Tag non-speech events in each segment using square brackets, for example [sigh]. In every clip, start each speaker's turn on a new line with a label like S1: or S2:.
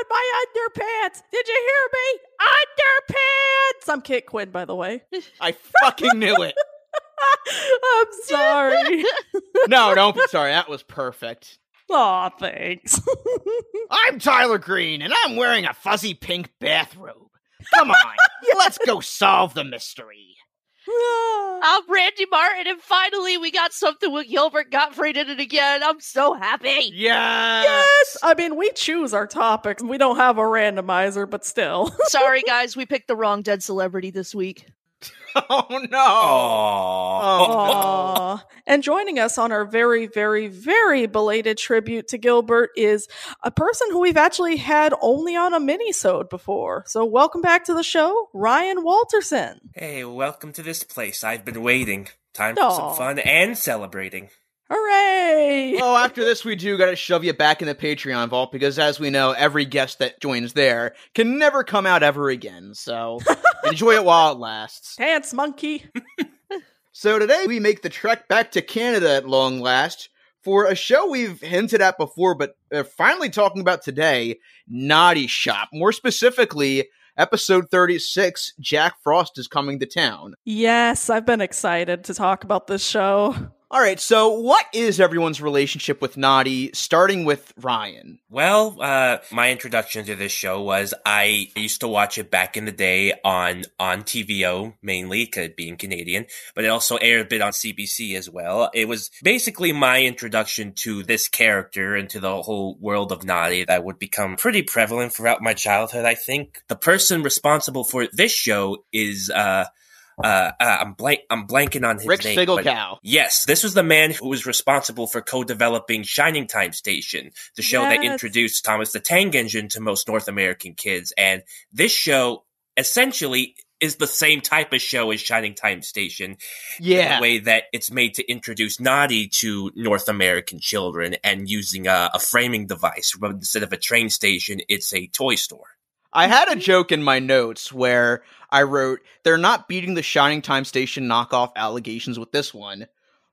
S1: Oh my underpants. Did you hear me? Underpants. I'm Kit Quinn, by the way. [laughs]
S2: I fucking knew it.
S1: I'm sorry.
S2: No, don't be sorry. That was perfect.
S1: Aw, thanks. [sighs]
S2: I'm Tyler Green, and I'm wearing a fuzzy pink bathrobe. Come on, let's go solve the mystery.
S1: Ah.
S3: I'm Randy Martin, and finally we got something with Gilbert Gottfried in it again. I'm so happy.
S2: Yes.
S1: yes. I mean, we choose our topics. We don't have a randomizer, but
S3: [laughs]
S1: still.
S3: [laughs] Sorry, guys, we picked the wrong dead celebrity this week.
S2: [laughs] Oh no.
S4: Oh.
S1: Aw. And joining us on our very, very, very belated tribute to Gilbert is a person who we've actually had only on a mini-sode before. So welcome back to the show, Ryan Walterson.
S4: Hey, welcome to this place. I've been waiting. Time for
S1: Aw.
S4: some fun and celebrating.
S1: Hooray!
S2: Well, after this, we do gotta shove you back in the Patreon vault because, as we know, every guest that joins there can never come out ever again. So enjoy it while it lasts.
S1: Dance monkey.
S2: So today we make the trek back to Canada at long last for a show we've hinted at before, but uh, finally talking about today Naughty Shop. More specifically, episode 36 Jack Frost is coming to town.
S1: Yes, I've been excited to talk about this show.
S2: All right, so what is everyone's relationship with Naughty, starting with Ryan?
S4: Well, uh, my introduction to this show was I used to watch it back in the day on on TVO mainly, 'cause being Canadian, but it also aired a bit on CBC as well. It was basically my introduction to this character and to the whole world of Naughty that would become pretty prevalent throughout my childhood. I think the person responsible for this show is uh, uh, uh I'm blank I'm blanking on his
S2: Rick
S4: name. but-
S2: Sigelcow.
S4: Yes, this was the man who was responsible for co-developing Shining Time Station, the show that
S1: Yes.
S4: introduced Thomas the Tank Engine to most North American kids. And this show essentially is the same type of show as Shining Time Station in
S2: Yeah.
S4: the way that it's made to introduce Naughty to North American children and using a, a framing device. But Instead of a train station, it's a toy store.
S2: I had a joke in my notes where I wrote, they're not beating the Shining Time Station knockoff allegations with this one.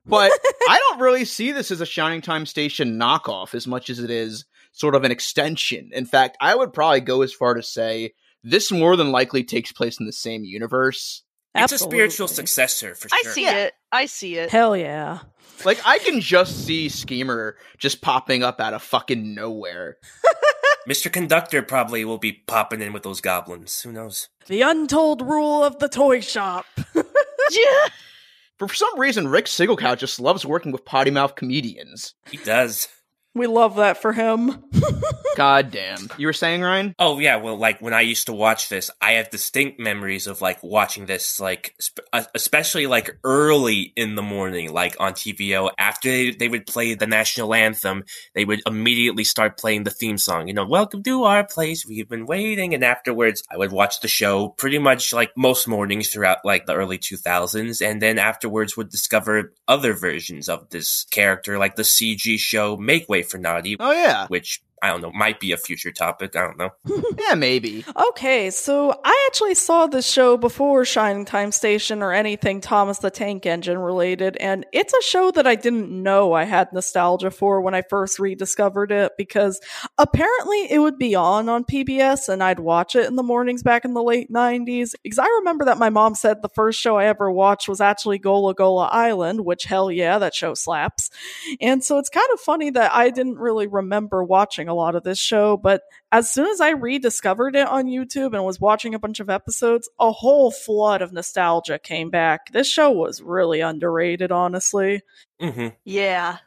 S2: But I don't really see this as a Shining Time Station knockoff as much as it is sort of an extension. In fact, I would probably go as far to say this more than likely takes place in the same universe.
S4: It's a spiritual
S1: Absolutely.
S4: successor for
S3: I
S4: sure.
S3: see
S2: Yeah.
S3: it. I see it.
S1: Hell yeah.
S2: Like, I can just see Schemer just popping up out of fucking nowhere.
S4: Mr. Conductor probably will be popping in with those goblins. Who knows?
S1: The untold rule of the toy shop.
S3: Yeah.
S2: For some reason, Rick Sigelcow just loves working with potty mouth comedians.
S4: He does.
S1: We love that for him.
S2: God damn. You were saying, Ryan?
S4: Oh yeah, well, like when I used to watch this, I have distinct memories of like watching this, like sp- uh, especially like early in the morning, like on TVO. After they, they would play the national anthem, they would immediately start playing the theme song. You know, "Welcome to our place, we've been waiting." And afterwards, I would watch the show pretty much like most mornings throughout like the early two thousands, and then afterwards would discover other versions of this character, like the CG show "Make Way for Naughty,"
S2: Oh, yeah.
S4: which I don't know might be a future topic. I don't know.
S2: Yeah, maybe.
S1: Okay, so I actually saw this show before Shining Time Station or anything Thomas the Tank Engine related, and it's a show that I didn't know I had nostalgia for when I first rediscovered it because apparently it would be on on PBS and I'd watch it in the mornings back in the late 90s. Because I remember that my mom said the first show I ever watched was actually Gola Gola Island, which hell yeah, that show slaps. And so it's kind of funny that I didn't really remember watching a lot of this show, but as soon as I rediscovered it on YouTube and was watching a bunch of episodes, a whole flood of nostalgia came back. This show was really underrated, honestly.
S4: hmm
S3: [laughs] Yeah.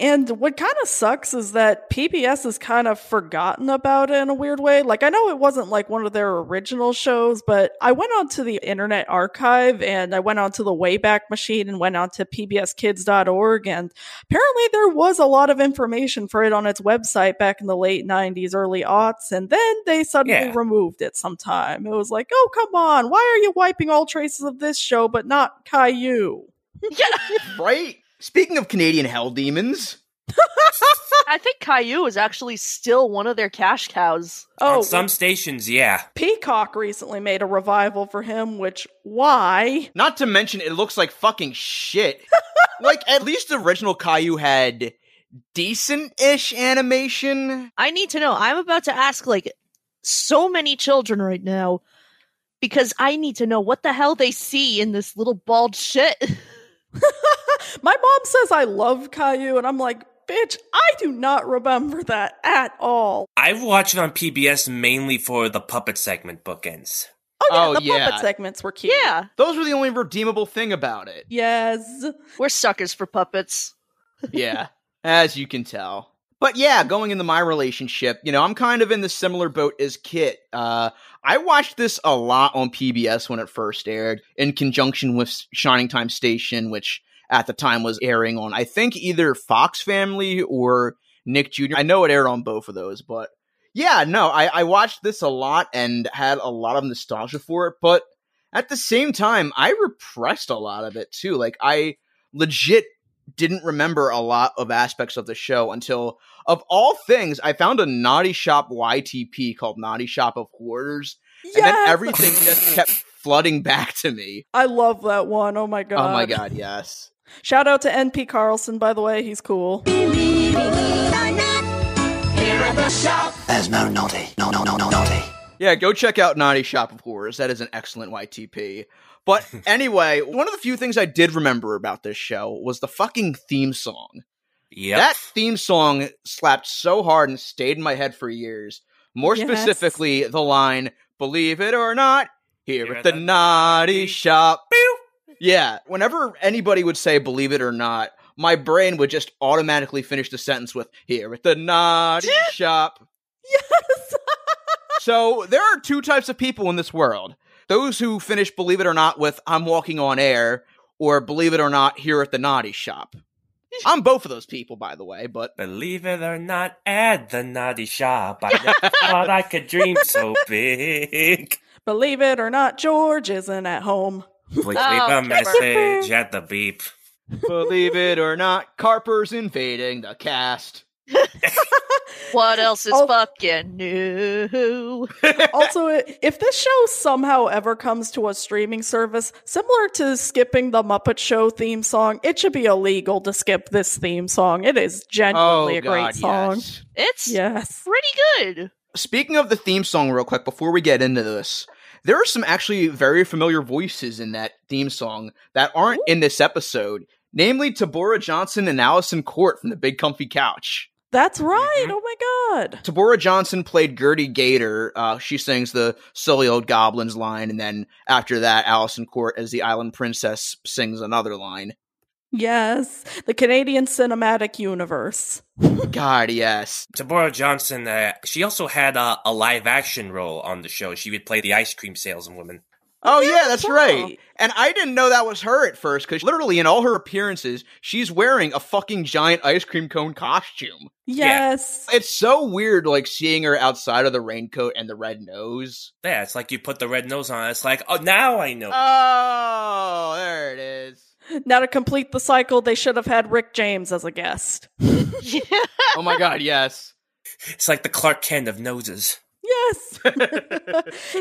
S1: And what kind of sucks is that PBS has kind of forgotten about it in a weird way. Like, I know it wasn't like one of their original shows, but I went onto the Internet Archive and I went onto the Wayback Machine and went onto pbskids.org. And apparently, there was a lot of information for it on its website back in the late 90s, early aughts. And then they suddenly
S4: Yeah.
S1: removed it sometime. It was like, oh, come on. Why are you wiping all traces of this show, but not Caillou?
S2: Right? Speaking of Canadian hell demons,
S3: [laughs] I think Caillou is actually still one of their cash cows.
S1: Oh,
S4: On some stations, yeah.
S1: Peacock recently made a revival for him, which why?
S2: not to mention it looks like fucking shit. like, at least the original Caillou had decent ish animation.
S3: I need to know. I'm about to ask, like, so many children right now because I need to know what the hell they see in this little bald shit. [laughs]
S1: My mom says I love Caillou, and I'm like, bitch, I do not remember that at all.
S4: I've watched it on PBS mainly for the puppet segment bookends.
S1: Oh yeah,
S2: Oh,
S1: the
S2: yeah.
S1: puppet segments were cute.
S3: yeah,
S2: Those were the only redeemable thing about it.
S1: Yes.
S3: we're suckers for puppets.
S2: yeah, as you can tell. But yeah, going into my relationship, you know, I'm kind of in the similar boat as Kit. Uh, I watched this a lot on PBS when it first aired, in conjunction with Shining Time Station, which at the time was airing on, I think, either Fox Family or Nick Jr. I know it aired on both of those, but yeah, no, I, I watched this a lot and had a lot of nostalgia for it. But at the same time, I repressed a lot of it too. Like, I legit didn't remember a lot of aspects of the show until, of all things, I found a Naughty Shop YTP called Naughty Shop of Horrors,
S1: Yes.
S2: and then everything just kept flooding back to me.
S1: I love that one. Oh my god.
S2: Oh my god, yes.
S1: Shout out to NP Carlson, by the way. He's cool. [laughs]
S5: There's no naughty. No, no, no, no, naughty.
S2: Yeah, go check out Naughty Shop of Horrors. That is an excellent YTP. But anyway, one of the few things I did remember about this show was the fucking theme song.
S4: Yep.
S2: That theme song slapped so hard and stayed in my head for years. More
S1: Yes.
S2: specifically, the line, believe it or not, here at the naughty shop. Pew. Yeah, whenever anybody would say believe it or not, my brain would just automatically finish the sentence with here at the [laughs] naughty shop.
S1: Yes.
S2: So there are two types of people in this world those who finish believe it or not with I'm walking on air, or believe it or not, here at the naughty shop. I'm both of those people, by the way, but
S4: Believe it or not, at the naughty shop, I never [laughs] thought I could dream so big.
S1: Believe it or not, George isn't at home.
S4: Please leave
S3: Oh,
S4: a message at the beep.
S2: Believe it or not, Carper's invading the cast.
S3: What else is
S1: Oh.
S3: fucking new?
S1: also, i- if this show somehow ever comes to a streaming service, similar to skipping the Muppet Show theme song, it should be illegal to skip this theme song. It is genuinely a great song.
S2: Oh, yes.
S3: It's
S1: Yes.
S3: pretty [laughs] good.
S2: Speaking of the theme song, real quick, before we get into this, there are some actually very familiar voices in that theme song that aren't in this episode, namely Tabora Johnson and Allison Court from The Big Comfy Couch.
S1: That's right.
S4: Mhm.
S1: Oh my god.
S2: Tabora Johnson played Gertie Gator. Uh, she sings the silly old goblins line, and then after that, Allison Court, as the island princess, sings another line.
S1: Yes. The Canadian cinematic universe.
S2: God, yes.
S4: Tabora Johnson, uh, she also had uh, a live action role on the show. She would play the ice cream saleswoman.
S2: Oh, yeah, that's
S1: wow.
S2: right. And I didn't know that was her at first because literally in all her appearances, she's wearing a fucking giant ice cream cone costume.
S1: Yes.
S2: It's so weird, like seeing her outside of the raincoat and the red nose.
S4: Yeah, it's like you put the red nose on. It's like, oh, now I know.
S2: Oh, there it is.
S1: Now to complete the cycle, they should have had Rick James as a guest.
S2: [laughs] Oh my god, yes.
S4: it's like the Clark Kent of noses.
S2: [laughs]
S1: Yes.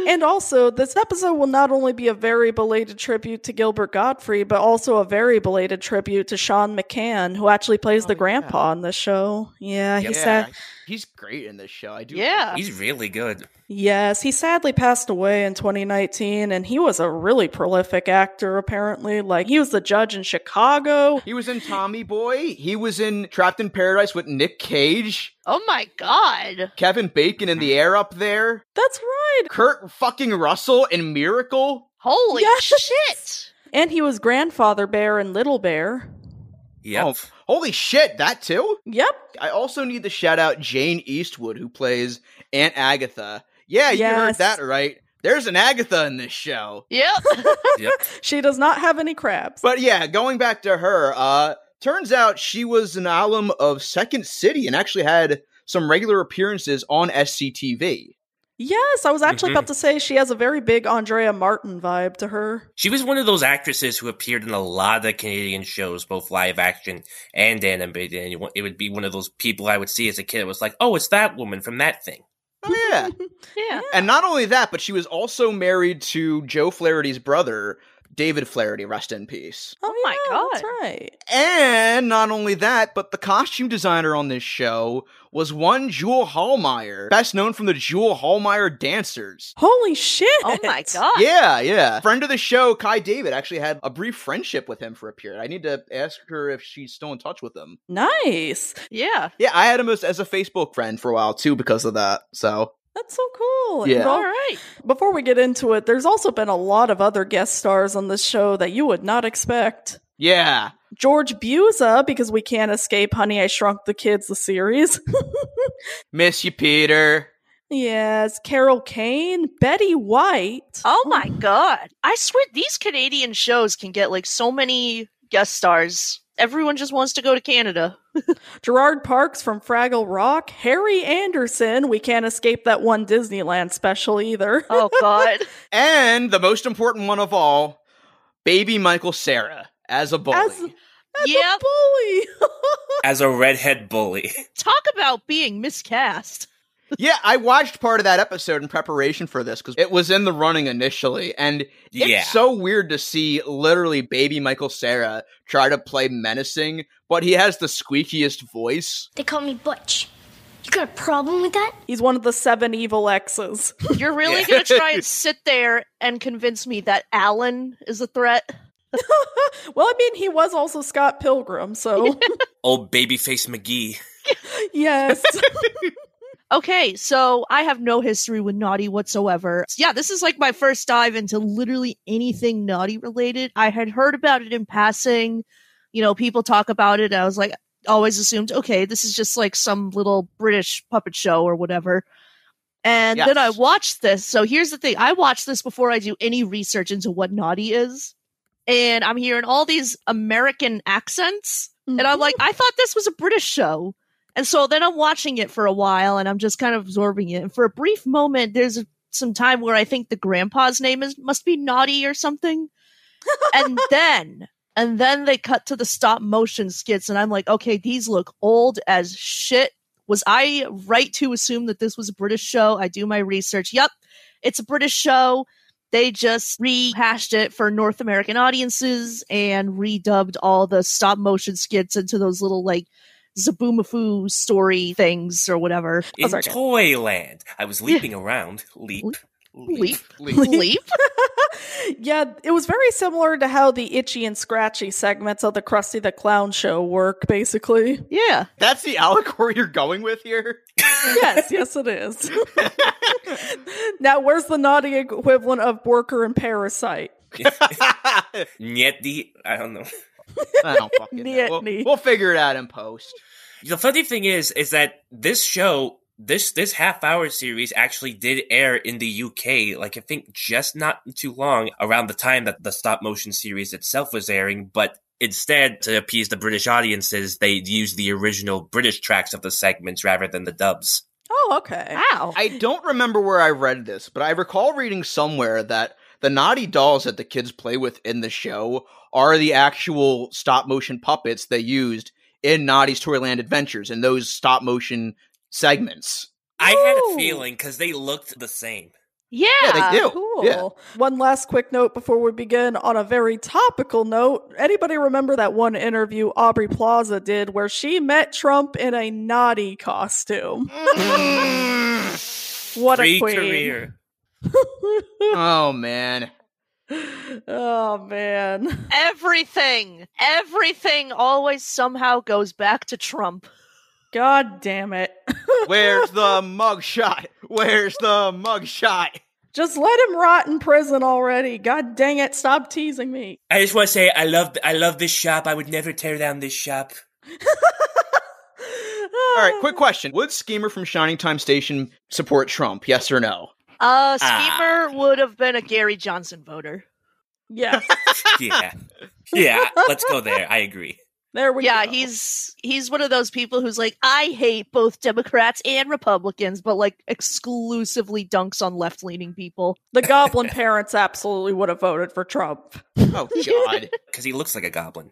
S1: and also, this episode will not only be a very belated tribute to Gilbert Godfrey, but also a very belated tribute to Sean McCann, who actually plays
S2: Oh,
S1: the
S2: yeah.
S1: grandpa on this show. Yeah, he
S2: yeah,
S1: said
S2: he's great in this show. I do.
S3: Yeah.
S4: He's really good.
S1: yes, he sadly passed away in 2019, and he was a really prolific actor. Apparently, like he was the judge in Chicago.
S2: He was in Tommy Boy. He was in Trapped in Paradise with Nick Cage.
S3: oh my god.
S2: Kevin Bacon in the air up there.
S1: That's right.
S2: Kurt fucking Russell in Miracle.
S3: Holy
S1: Yes.
S3: shit.
S1: And he was grandfather bear and little bear.
S4: Yep.
S2: Oh, holy shit, that too?
S1: Yep.
S2: I also need to shout out Jane Eastwood, who plays Aunt Agatha. Yeah, you heard
S1: Yes.
S2: that right. There's an Agatha in this show.
S3: [laughs] Yep.
S4: Yep.
S1: She does not have any crabs.
S2: But yeah, going back to her, uh, turns out she was an alum of Second City and actually had some regular appearances on SCTV.
S1: Yes, I was actually
S4: Mhm.
S2: Mm-hmm.
S1: about to say she has a very big Andrea Martin vibe to her.
S4: She was one of those actresses who appeared in a lot of Canadian shows, both live action and animated. And it wa- it would be one of those people I would see as a kid. It was like, oh, it's that woman from that thing.
S2: Oh, yeah.
S3: Yeah.
S2: And not only that, but she was also married to Joe Flaherty's brother, David Flaherty, rest in peace.
S1: Oh,
S3: my
S1: yeah, That's
S3: God.
S1: right.
S2: And not only that, but the costume designer on this show was one Jewel Hallmeyer, best known from the Jewel Hallmeyer Dancers.
S1: Holy shit.
S3: Oh my god.
S2: Yeah, yeah. Friend of the show, Kai David, actually had a brief friendship with him for a period. I need to ask her if she's still in touch with him.
S1: Nice.
S3: Yeah.
S2: Yeah, I had him as, as a Facebook friend for a while too because of that. So
S1: That's so cool.
S2: Yeah.
S1: Well,
S3: All right.
S1: Before we get into it, there's also been a lot of other guest stars on this show that you would not expect.
S2: yeah,
S1: George Buza, because we can't escape Honey, I Shrunk the Kids, the series. [laughs]
S2: miss you, Peter.
S1: yes, Carol Kane, Betty White.
S3: Oh my god. I swear these Canadian shows can get like so many guest stars. Everyone just wants to go to Canada.
S1: Gerard Parks from Fraggle Rock, Harry Anderson. We can't escape that one Disneyland special either.
S3: Oh god. [laughs]
S2: And the most important one of all, baby Michael Sarah as a bully.
S1: As- [laughs] That's a
S3: yeah.
S1: bully. [laughs]
S4: as a redhead bully. [laughs]
S3: Talk about being miscast.
S2: yeah, I watched part of that episode in preparation for this because it was in the running initially, and it's
S4: yeah.
S2: so weird to see literally baby Michael Sarah try to play menacing, but he has the squeakiest voice.
S6: They call me Butch. You got a problem with that? [laughs]
S1: He's one of the seven evil exes.
S3: You're really
S2: Yeah.
S3: gonna try
S2: [laughs]
S3: and sit there and convince me that Alan is a threat?
S1: well, I mean, he was also Scott Pilgrim,
S3: [laughs]
S1: so
S4: Old babyface McGee.
S1: [laughs] yes.
S3: Okay, so I have no history with naughty whatsoever. Yeah, this is like my first dive into literally anything naughty related. I had heard about it in passing. You know, people talk about it. I was like, always assumed, okay, this is just like some little British puppet show or whatever. And then I
S2: Yes.
S3: watched this. So here's the thing I watched this before I do any research into what naughty is. And I'm hearing all these American accents. [laughs] And I'm like, I thought this was a British show. And so then I'm watching it for a while and I'm just kind of absorbing it. And for a brief moment, there's some time where I think the grandpa's name is must be Naughty or something. and then and then they cut to the stop motion skits and I'm like, okay, these look old as shit. Was I right to assume that this was a British show? I do my research. Yep, it's a British show. They just rehashed it for North American audiences and redubbed all the stop motion skits into those little like Zaboomafoo story things or whatever.
S4: In
S1: sorry.
S4: Toyland. I was leaping around. Leap.
S3: Leap.
S4: Leap.
S2: Leap.
S3: Leap.
S1: yeah, it was very similar to how the itchy and scratchy segments of the Krusty the Clown show work, basically.
S3: Yeah.
S2: [laughs] That's the allegory you're going with here. [laughs]
S1: Yes, [laughs] yes, it is. now, where's the naughty equivalent of Worker and Parasite?
S2: I
S4: Nyeti. I don't know.
S2: don't fucking know. We'll,
S1: Nietny.
S2: we'll figure it out in post.
S4: The funny thing is, is that this show, this this half hour series actually did air in the UK. Like I think just not too long around the time that the stop motion series itself was airing, but. Instead, to appease the British audiences, they used the original British tracks of the segments rather than the dubs.
S1: Oh, okay.
S3: Wow.
S2: I don't remember where I read this, but I recall reading somewhere that the naughty dolls that the kids play with in the show are the actual stop motion puppets they used in Naughty's Toyland Adventures in those stop motion segments.
S4: I had
S1: Ooh.
S4: a feeling because they looked the same.
S3: Yeah.
S2: Yeah, they do.
S1: Cool.
S2: Yeah.
S1: One last quick note before we begin. On a very topical note, anybody remember that one interview Aubrey Plaza did where she met Trump in a naughty costume? What a
S4: Free
S1: queen!
S4: career.
S2: oh man.
S1: Oh man,
S3: Everything. Everything always somehow goes back to Trump.
S1: god damn it!
S2: Where's the mugshot? Where's the mugshot?
S1: Just let him rot in prison already. God dang it! Stop teasing me.
S4: I just want to say I love I love this shop. I would never tear down
S1: [laughs]
S4: this shop.
S2: All right, quick question. Would Schemer from Shining Time Station support Trump? Yes or no?
S3: Uh
S4: Ah.
S3: Schemer would have been a Gary Johnson voter.
S1: [sighs]
S2: [laughs]
S1: Yeah,
S4: Yeah, yeah. Let's go there. I agree.
S1: there we
S3: yeah,
S1: go.
S3: he's he's one of those people who's like, I hate both Democrats and Republicans, but like exclusively dunks on left leaning people.
S1: the Goblin parents absolutely would have voted for Trump.
S2: Oh god.
S4: Because he looks like a goblin.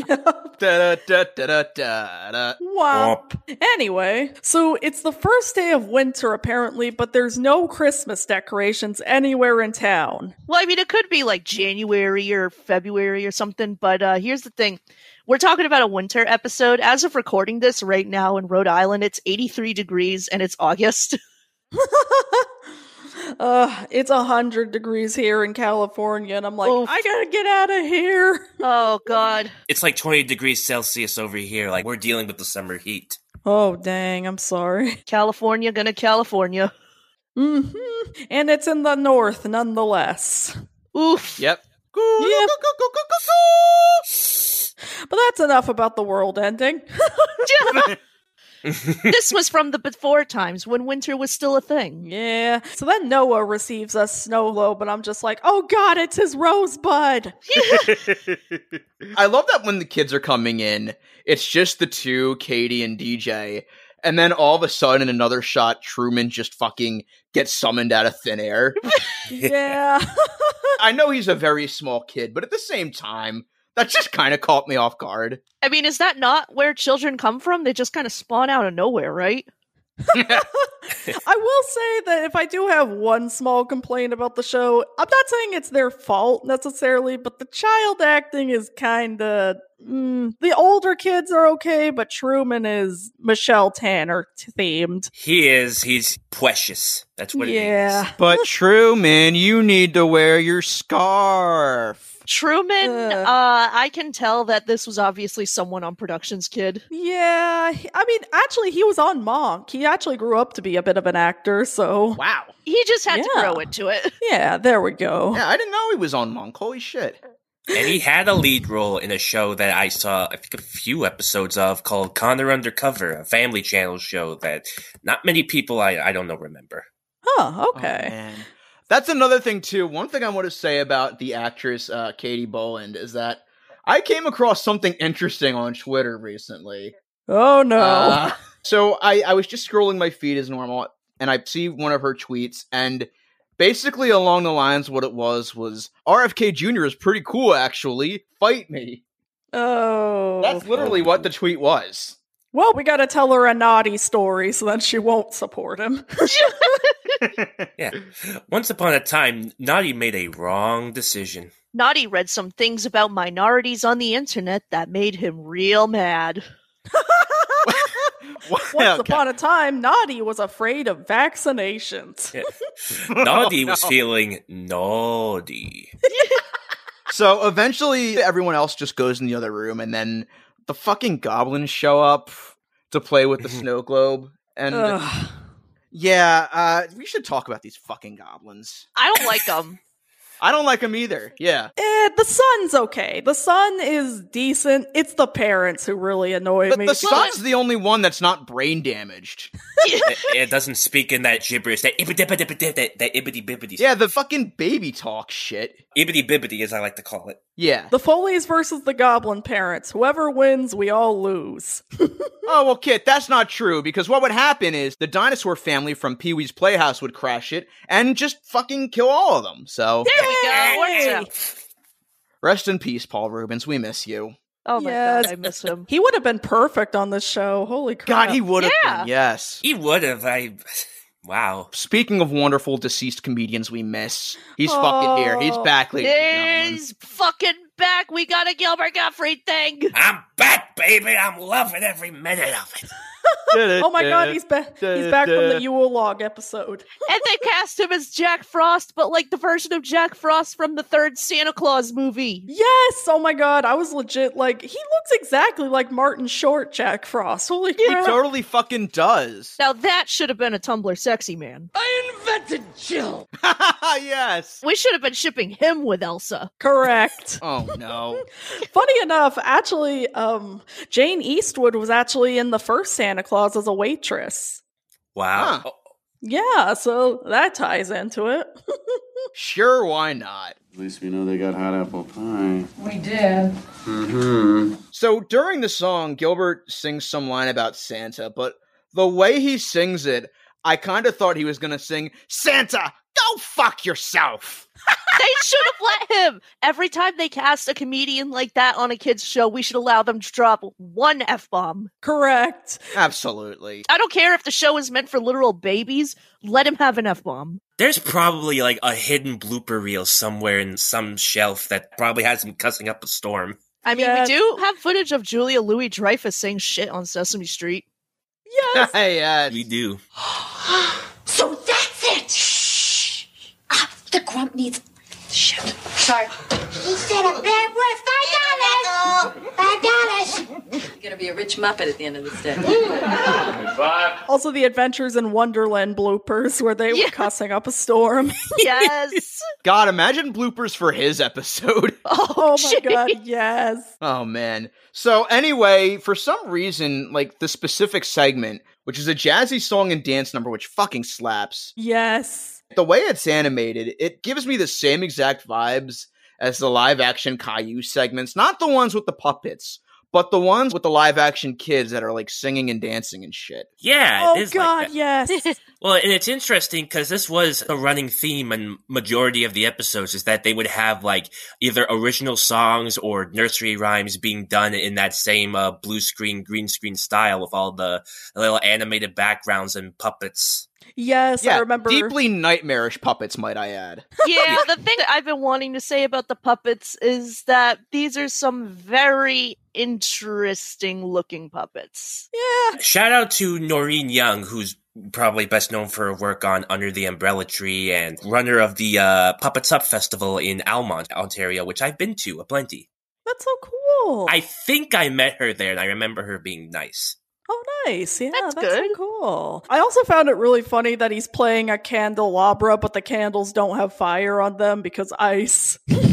S3: Yeah.
S1: [laughs]
S2: Da, da, da, da, da, da.
S1: Wow.
S4: Womp.
S1: Anyway, so it's the first day of winter apparently, but there's no Christmas decorations anywhere in town.
S3: Well, I mean, it could be like January or February or something, but uh, here's the thing. We're talking about a winter episode. As of recording this right now in Rhode Island, it's 83 degrees and it's August. [laughs]
S1: Uh, it's a hundred degrees here in California, and I'm like,
S3: Oof.
S1: I gotta get out of here. [laughs]
S3: oh, God.
S4: It's like 20 degrees Celsius over here. Like, we're dealing with the summer heat.
S1: Oh dang, I'm sorry.
S3: California, gonna California.
S1: hmm And it's in the north, nonetheless.
S3: Oof.
S2: Yep.
S1: Yeah. But that's enough about the world ending.
S3: [laughs]
S1: [laughs]
S3: this was from the before times when winter was still a thing.
S1: yeah. So then Noah receives a snow lobe, and I'm just like, oh god, it's his rosebud.
S2: I love that when the kids are coming in, it's just the two, Katie and DJ. And then all of a sudden, in another shot, Truman just fucking gets summoned out of thin air.
S1: yeah.
S2: I know he's a very small kid, but at the same time, that just kind of caught me off guard.
S3: I mean, is that not where children come from? They just kind of spawn out of nowhere, right?
S1: I will say that if I do have one small complaint about the show, I'm not saying it's their fault necessarily, but the child acting is kind of. Mm, the older kids are okay, but Truman is Michelle Tanner themed.
S4: He is. He's precious. That's what it
S1: yeah.
S4: is.
S2: But Truman, you need to wear your scarf.
S3: Truman,
S1: Ugh.
S3: uh, I can tell that this was obviously someone on production's kid.
S1: Yeah, he- I mean, actually, he was on Monk. He actually grew up to be a bit of an actor, so
S2: Wow.
S3: He just had to
S1: Yeah.
S3: grow into it.
S1: yeah, there we go.
S2: Yeah, I didn't know he was on Monk. Holy shit.
S4: And he had a lead role in a show that I saw, I think, a few episodes of called Connor Undercover, a family channel show that not many people I, I don't know remember.
S1: Huh?
S2: Oh,
S1: Okay.
S2: man. That's another thing too. One thing I want to say about the actress uh, Katie Boland is that I came across something interesting on Twitter recently.
S1: Oh, no.
S2: Uh, so I, I was just scrolling my feed as normal, and I see one of her tweets, and basically along the lines, what it was was RFK Jr. is pretty cool actually. Fight me.
S1: [laughs] oh,
S2: That's literally what the tweet was. [laughs]
S1: well, we got to tell her a naughty story so then she won't support
S2: [laughs]
S1: him.
S4: Yeah. Once upon a time, Naughty made a wrong decision.
S3: Naughty read some things about minorities on the internet that made him real mad.
S1: Once upon a time, Naughty was afraid of vaccinations.
S4: Naughty was feeling naughty.
S2: So eventually, everyone else just goes in the other room, and then the fucking goblins show up to play with the snow globe. And
S1: Ugh.
S2: yeah, uh, we should talk about these fucking goblins.
S3: I don't like him.
S2: I don't like them either. Yeah,
S1: Eh, the sun's okay. The sun is decent. It's the parents who really annoy
S2: the,
S1: me.
S2: the sun's the only one that's not brain damaged.
S4: it, it doesn't speak in that gibberish, that ibbity bibbity, that, that ibbity bibbity.
S2: Yeah, the fucking baby talk shit.
S4: Ibbity bibbity, as I like to call it.
S2: Yeah.
S1: The Foleys versus the Goblin parents. Whoever wins, we all lose.
S2: Oh well, Kit, that's not true because what would happen is the dinosaur family from Pee Wee's Playhouse would crash it and just fucking kill all of them. So
S3: There we go.
S4: Hey!
S3: Works out.
S2: rest in peace, Paul Rubens. We miss you.
S3: Oh my
S1: Yes.
S3: god, I miss him.
S1: He would have been perfect on this show. Holy crap.
S2: God, he would have.
S3: Yeah.
S2: been, Yes.
S4: He would have. I. Wow.
S2: Speaking of wonderful deceased comedians we miss, he's fucking here.
S1: Oh,
S2: He's back, [laughs] ladies and
S3: He's fucking back. We got a Gilbert Gottfried thing.
S4: I'm back, baby. I'm loving every minute of it.
S2: gentlemen.
S1: [laughs] Oh my god, he's back. He's back from the Yule Log episode.
S3: and they cast him as Jack Frost, but like the version of Jack Frost from the third Santa Claus movie.
S1: Yes. Oh my god, I was legit like he looks exactly like Martin Short, Jack Frost. Holy
S2: [laughs] He
S1: crap!
S2: totally fucking
S1: [laughs]
S2: does. [laughs]
S3: Now that should have been a Tumblr sexy man.
S2: yes.
S3: We should have been shipping him with Elsa.
S1: Correct.
S2: Oh no. [laughs]
S1: Funny enough, actually, um, Jane Eastwood was actually in the first Santa Claus as a waitress.
S4: Wow. Oh,
S2: Huh.
S1: Yeah, so that ties into it. [laughs]
S2: Sure, why not?
S7: At least we know they got hot apple pie. Mm-hmm.
S8: We did.
S2: So during the song, Gilbert sings some line about Santa, but the way he sings it, I kind of thought he was gonna sing Santa Go fuck yourself.
S3: they should have let him. Every time they cast a comedian like that on a kids show, we should allow them to drop one f bomb.
S1: Correct.
S2: Absolutely. [laughs]
S3: I don't care if the show is meant for literal babies. Let him have an f bomb.
S4: There's probably like a hidden blooper reel somewhere in some shelf that probably has him cussing up a storm.
S3: I mean,
S1: Yes.
S3: we do have footage of Julia Louis Dreyfus saying shit on Sesame Street.
S1: Yes.
S2: yes.
S4: We do.
S6: So that's it. Shh. Ah, the grump needs. Shit. Sorry. He said a bad word. Five dollars. Five dollars.
S8: You're gonna be a rich muppet at the end of this day.
S1: Also, the Adventures in Wonderland bloopers where they
S3: Yeah.
S1: were cussing up a storm. [laughs]
S3: Yes.
S2: God, imagine bloopers for his episode.
S3: oh,
S1: oh my
S2: [laughs]
S3: shit.
S1: god, yes.
S2: Oh man. So anyway, for some reason, like the specific segment, which is a jazzy song and dance number, which fucking slaps.
S1: Yes.
S2: The way it's animated, it gives me the same exact vibes as the live action Caillou segments, not the ones with the puppets, but the ones with the live action kids that are like singing and dancing and shit.
S4: Yeah, it
S1: oh
S4: is like
S1: god,
S4: that. [laughs]
S1: yes.
S4: Well, and it's interesting because this was a running theme in majority of the episodes is that they would have like either original songs or nursery rhymes being done in that same uh, blue screen, green screen style with all the little animated backgrounds and puppets.
S1: yes,
S2: yeah,
S1: I remember.
S2: deeply nightmarish puppets, might I add.
S3: [laughs] Yeah, the thing that I've been wanting to say about the puppets is that these are some very interesting looking [laughs] puppets.
S1: yeah.
S4: Shout out to Noreen Young, who's probably best known for her work on Under the Umbrella Tree and runner of the uh, Puppets Up Festival in Almont, Ontario, which I've been to a plenty.
S1: That's so
S9: Oh.
S1: cool.
S4: I think I met her there and I remember her being nice.
S1: oh nice. Yeah,
S3: That's
S1: that's,
S3: good.
S1: so cool. I also found it really funny that he's playing a candelabra, but the candles don't have fire on them because ice.
S3: Oh,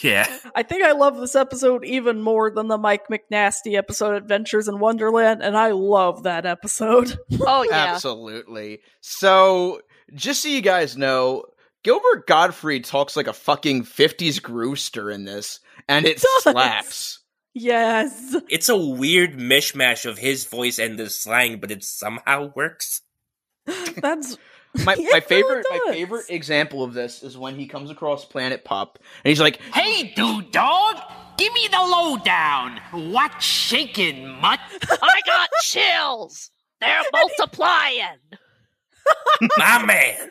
S4: Yeah.
S1: I think I love this episode even more than the Mike McNasty episode Adventures in Wonderland, and I love that episode. [laughs]
S3: oh [laughs] yeah.
S2: Absolutely. So, just so you guys know, Gilbert Godfrey talks like a fucking 50s grooster in this, and it
S1: Does.
S2: slaps.
S1: yes. [laughs]
S4: It's a weird mishmash of his voice and the slang, but it somehow works.
S1: That's
S2: My,
S1: It
S2: my
S1: really
S2: favorite my
S1: does.
S2: favorite example of this is when he comes across Planet Pop and he's like,
S9: Hey, dude, dog! Give me the lowdown! What shaking, mutt?
S3: I got chills. They're [laughs] multiplying.
S4: [laughs] My man.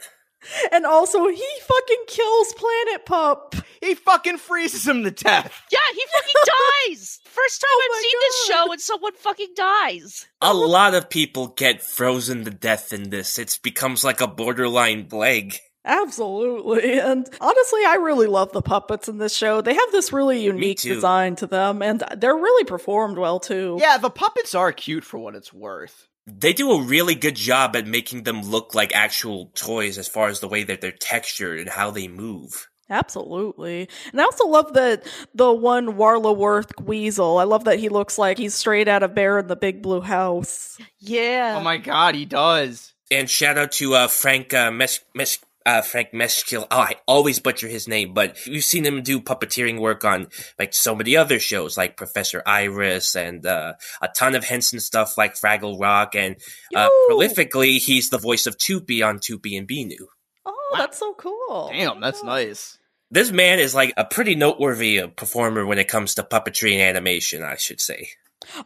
S1: and also he fucking kills Planet Pup.
S2: he fucking freezes him to death.
S3: Yeah, he [laughs] fucking dies. First time I've
S1: my
S3: seen this
S1: God.
S3: show and someone fucking dies.
S4: A lot of people get frozen to death in this. It becomes like a borderline plague.
S1: Absolutely. And honestly, I really love the puppets in this show. They have this really unique
S4: too.
S1: design to them, and they're really performed well too.
S2: Yeah, the puppets are cute for what it's worth.
S4: They do a really good job at making them look like actual toys as far as the way that they're textured and how they move.
S1: Absolutely. And I also love that the one Warlaworth Weasel. I love that he looks like he's straight out of Bear in the Big Blue House.
S3: Yeah.
S2: Oh my god, he does.
S4: And shout out to uh, Frank uh, Mes- Mes- uh, Frank Meskill. Oh, I always butcher his name, but you've seen him do puppeteering work on like so many other shows, like Professor Iris and uh, a ton of Henson stuff like Fraggle Rock. And uh,
S1: Yoo-hoo!
S4: prolifically, he's the voice of Toopy on Toopy and Beanu.
S1: Oh, that's so cool.
S2: Damn, that's nice.
S4: This man is like a pretty noteworthy uh, performer when it comes to puppetry and animation, I should say. [laughs]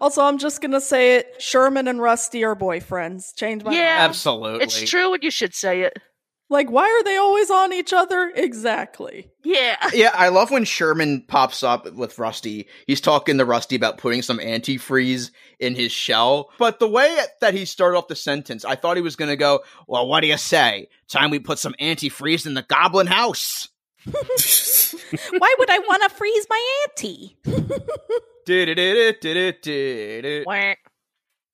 S1: Also, I'm just going to say it Sherman and Rusty are boyfriends. Change my
S3: Yeah.
S1: mind.
S2: Absolutely.
S3: It's true and you should say it.
S1: Like, why are they always on each other? Exactly.
S3: Yeah. [laughs]
S2: Yeah, I love when Sherman pops up with Rusty. He's talking to Rusty about putting some antifreeze in his shell. But the way that he started off the sentence, I thought he was going to go, Well, what do you say? Time we put some antifreeze in the goblin house.
S1: why would I want to freeze my auntie?
S2: Du-du-du-du-du-du-du.
S3: Wah.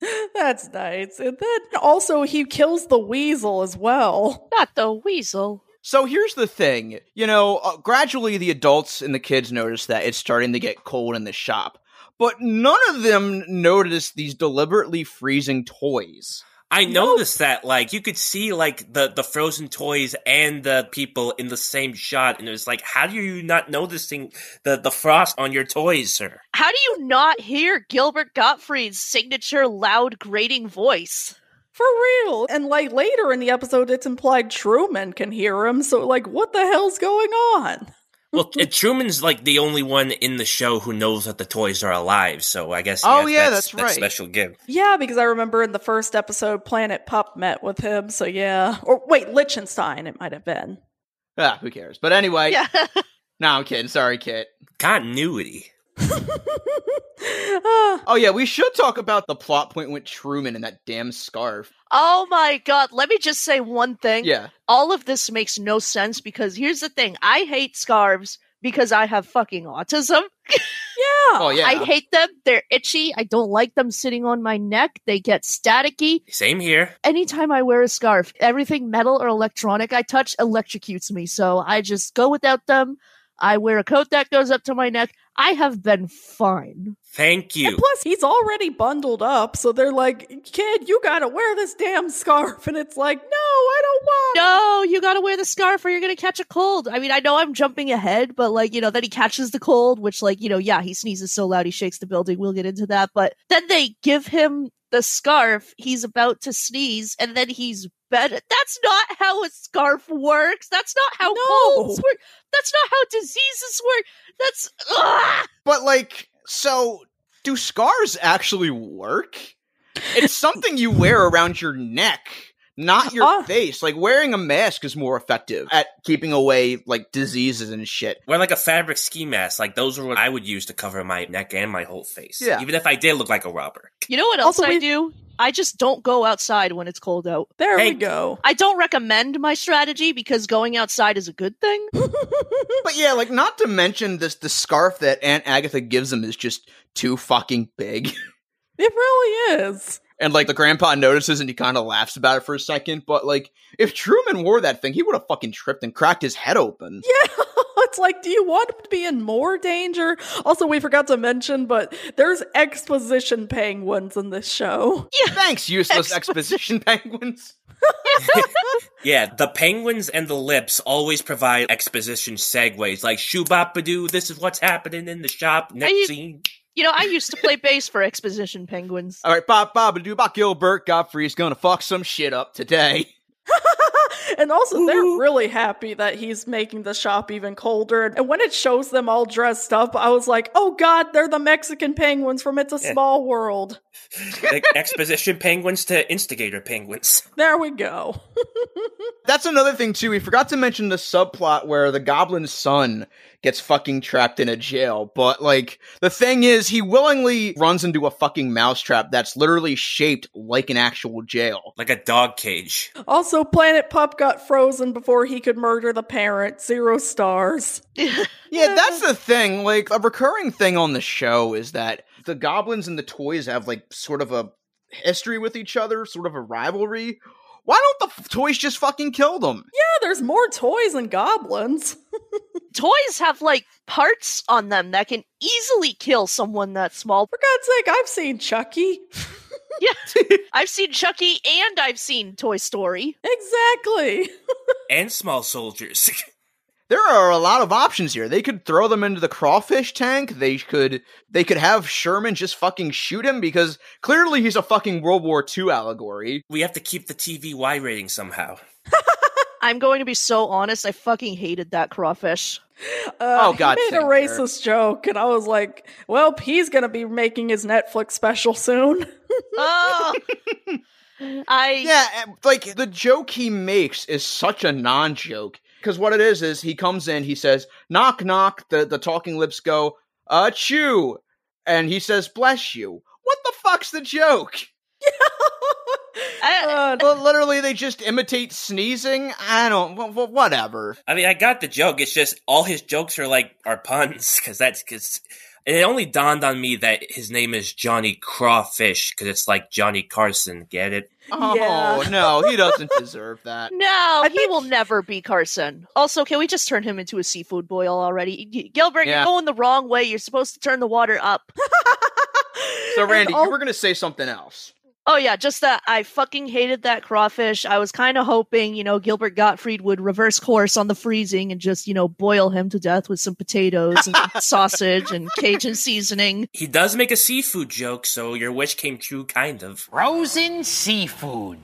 S1: [laughs] That's nice. And then also, he kills the weasel as well. [laughs]
S3: Not the weasel.
S2: So here's the thing you know, uh, gradually the adults and the kids notice that it's starting to get cold in the shop. But none of them notice these deliberately freezing toys.
S4: I noticed that, like, you could see, like, the, the frozen toys and the people in the same shot, and it was like, how do you not noticing the, the frost on your toys,
S2: [laughs]
S4: sir?
S3: How do you not hear Gilbert Gottfried's signature loud grating voice?
S1: For real. And like later in the episode, it's implied Truman can hear him. So, like, what the hell's going on?
S4: Well, t- Truman's like the only one in the show who knows that the toys are alive, so I guess.
S2: Oh, yeah, that's right.
S4: special gift.
S1: Yeah, because I remember in the first episode, Planet Pup met with him. So, yeah. Or wait, Liechtenstein, it might have been. [laughs]
S2: Ah, who cares? But anyway,
S3: yeah.
S2: no, I'm kidding. Sorry, Kit.
S4: Continuity.
S1: Ah,
S2: Oh yeah, we should talk about the plot point with Truman and that damn scarf.
S3: Oh my god. Let me just say one thing.
S2: Yeah,
S3: All of this makes no sense because here's the thing. I hate scarves because I have fucking autism.
S1: yeah.
S2: Oh yeah.
S3: uh, I hate them. They're itchy. I don't like them sitting on my neck. They get staticky.
S4: Same here.
S3: Anytime I wear a scarf, everything metal or electronic I touch electrocutes me. So I just go without them. I wear a coat that goes up to my neck. I have been fine.
S4: Thank you.
S1: And plus, he's already bundled up. So they're like, kid, you got to wear this damn scarf. [laughs] And it's like, no, I don't want
S3: No, you gotta wear the scarf or you're gonna catch a cold. I mean, I know I'm jumping ahead, but like, you know, then he catches the cold, which, like, you know, yeah, he sneezes so loud he shakes the building. We'll get into that. But then they give him the scarf. He's about to sneeze, and then he's bed. That's not how a scarf works. That's not how
S1: No.
S3: colds work. That's not how diseases work. That's. Ugh!
S2: but like, so do scars actually work?
S3: [laughs]
S2: It's something you wear around your neck, not your
S3: Uh.
S1: Oh.
S2: face. Like wearing a mask is more effective at keeping away like diseases and shit.
S4: Wear like a fabric ski mask. Like those are what I would use to cover my neck and my whole face.
S2: Yeah.
S4: Even if I did look like a robber.
S3: You know what else
S1: Also,
S3: I
S1: we-
S3: do? I just don't go outside when it's cold out.
S1: There
S4: Hey.
S1: we go.
S3: I don't recommend my strategy because going outside is a good thing. Mm.
S2: But yeah, like not to mention this the scarf that Aunt Agatha gives him is just too fucking big.
S1: It really is.
S2: And like the grandpa notices and he kind of laughs about it for a second, but like if Truman wore that thing, he would have fucking tripped and cracked his head open.
S1: Yeah, [laughs] it's like, do you want him to be in more danger? Also, we forgot to mention, but there's exposition penguins in this show.
S2: [laughs] Thanks, useless exposition [laughs] penguins.
S4: Yeah, the penguins and the lips always provide exposition segues. Like shoo-bop-a-doo, this is what's happening in the shop. Next
S3: you-
S4: scene.
S3: You know, I used to play bass for Exposition Penguins.
S2: All right, Bob, Bob, do Bob Gilbert Godfrey's gonna fuck some shit up today. [laughs]
S1: And also, they're really happy that he's making the shop even colder. And when it shows them all dressed up, I was like, oh god, they're the Mexican penguins from It's a
S4: Yeah.
S1: Small World.
S4: Like exposition penguins to instigator penguins.
S1: There we go.
S2: That's another thing too. We forgot to mention the subplot where the Goblin's son gets fucking trapped in a jail. But like the thing is, he willingly runs into a fucking mousetrap that's literally shaped like an actual jail.
S4: Like a dog cage.
S1: Also, Planet Pup got frozen before he could murder the parent. Zero stars.
S2: Yeah, that's the thing. Like a recurring thing on the show is that the goblins and the toys have like sort of a history with each other, sort of a rivalry. Why don't the f- toys just fucking kill them?
S1: Yeah, there's more toys and goblins.
S3: Toys have like parts on them that can easily kill someone that small. [laughs]
S1: For God's sake, I've seen Chucky. [laughs]
S3: I've seen Chucky and I've seen Toy Story.
S1: Exactly.
S4: And small soldiers. [laughs]
S2: There are a lot of options here. They could throw them into the crawfish tank. They could they could have Sherman just fucking shoot him because clearly he's a fucking World War II allegory.
S4: we have to keep the TVY rating somehow.
S3: I'm going to be so honest, I fucking hated that crawfish.
S1: Uh,
S2: Oh, God,
S1: He made a
S2: same here.
S1: racist joke, and I was like, well, he's going to be making his Netflix special soon. [laughs]
S3: Oh, I
S2: Yeah, and, like the joke he makes is such a non joke. Because what it is is he comes in, he says, knock, knock, the, the talking lips go, uh, chew. And he says, bless you. What the fuck's the joke?
S3: I-
S1: Uh,
S2: Well, literally, they just imitate sneezing. I don't, wh- wh- whatever.
S4: I mean, I got the joke. It's just all his jokes are like are puns because that's because it only dawned on me that his name is Johnny Crawfish because it's like Johnny Carson. Get it?
S2: Oh,
S1: Yeah.
S2: no, he doesn't deserve that.
S3: no,
S1: I
S3: he
S1: think-
S3: will never be Carson. Also, can we just turn him into a seafood boil already? Y- Gilbert,
S2: Yeah.
S3: you're going the wrong way. You're supposed to turn the water up.
S2: So,
S1: And
S2: Randy,
S1: al-
S2: you were going to say something else.
S3: Oh yeah, just that I fucking hated that crawfish. I was kind of hoping, you know, Gilbert Gottfried would reverse course on the freezing and just, you know, boil him to death with some potatoes [laughs] and sausage and Cajun seasoning.
S4: He does make a seafood joke, so your wish came true, kind of.
S9: Frozen seafood.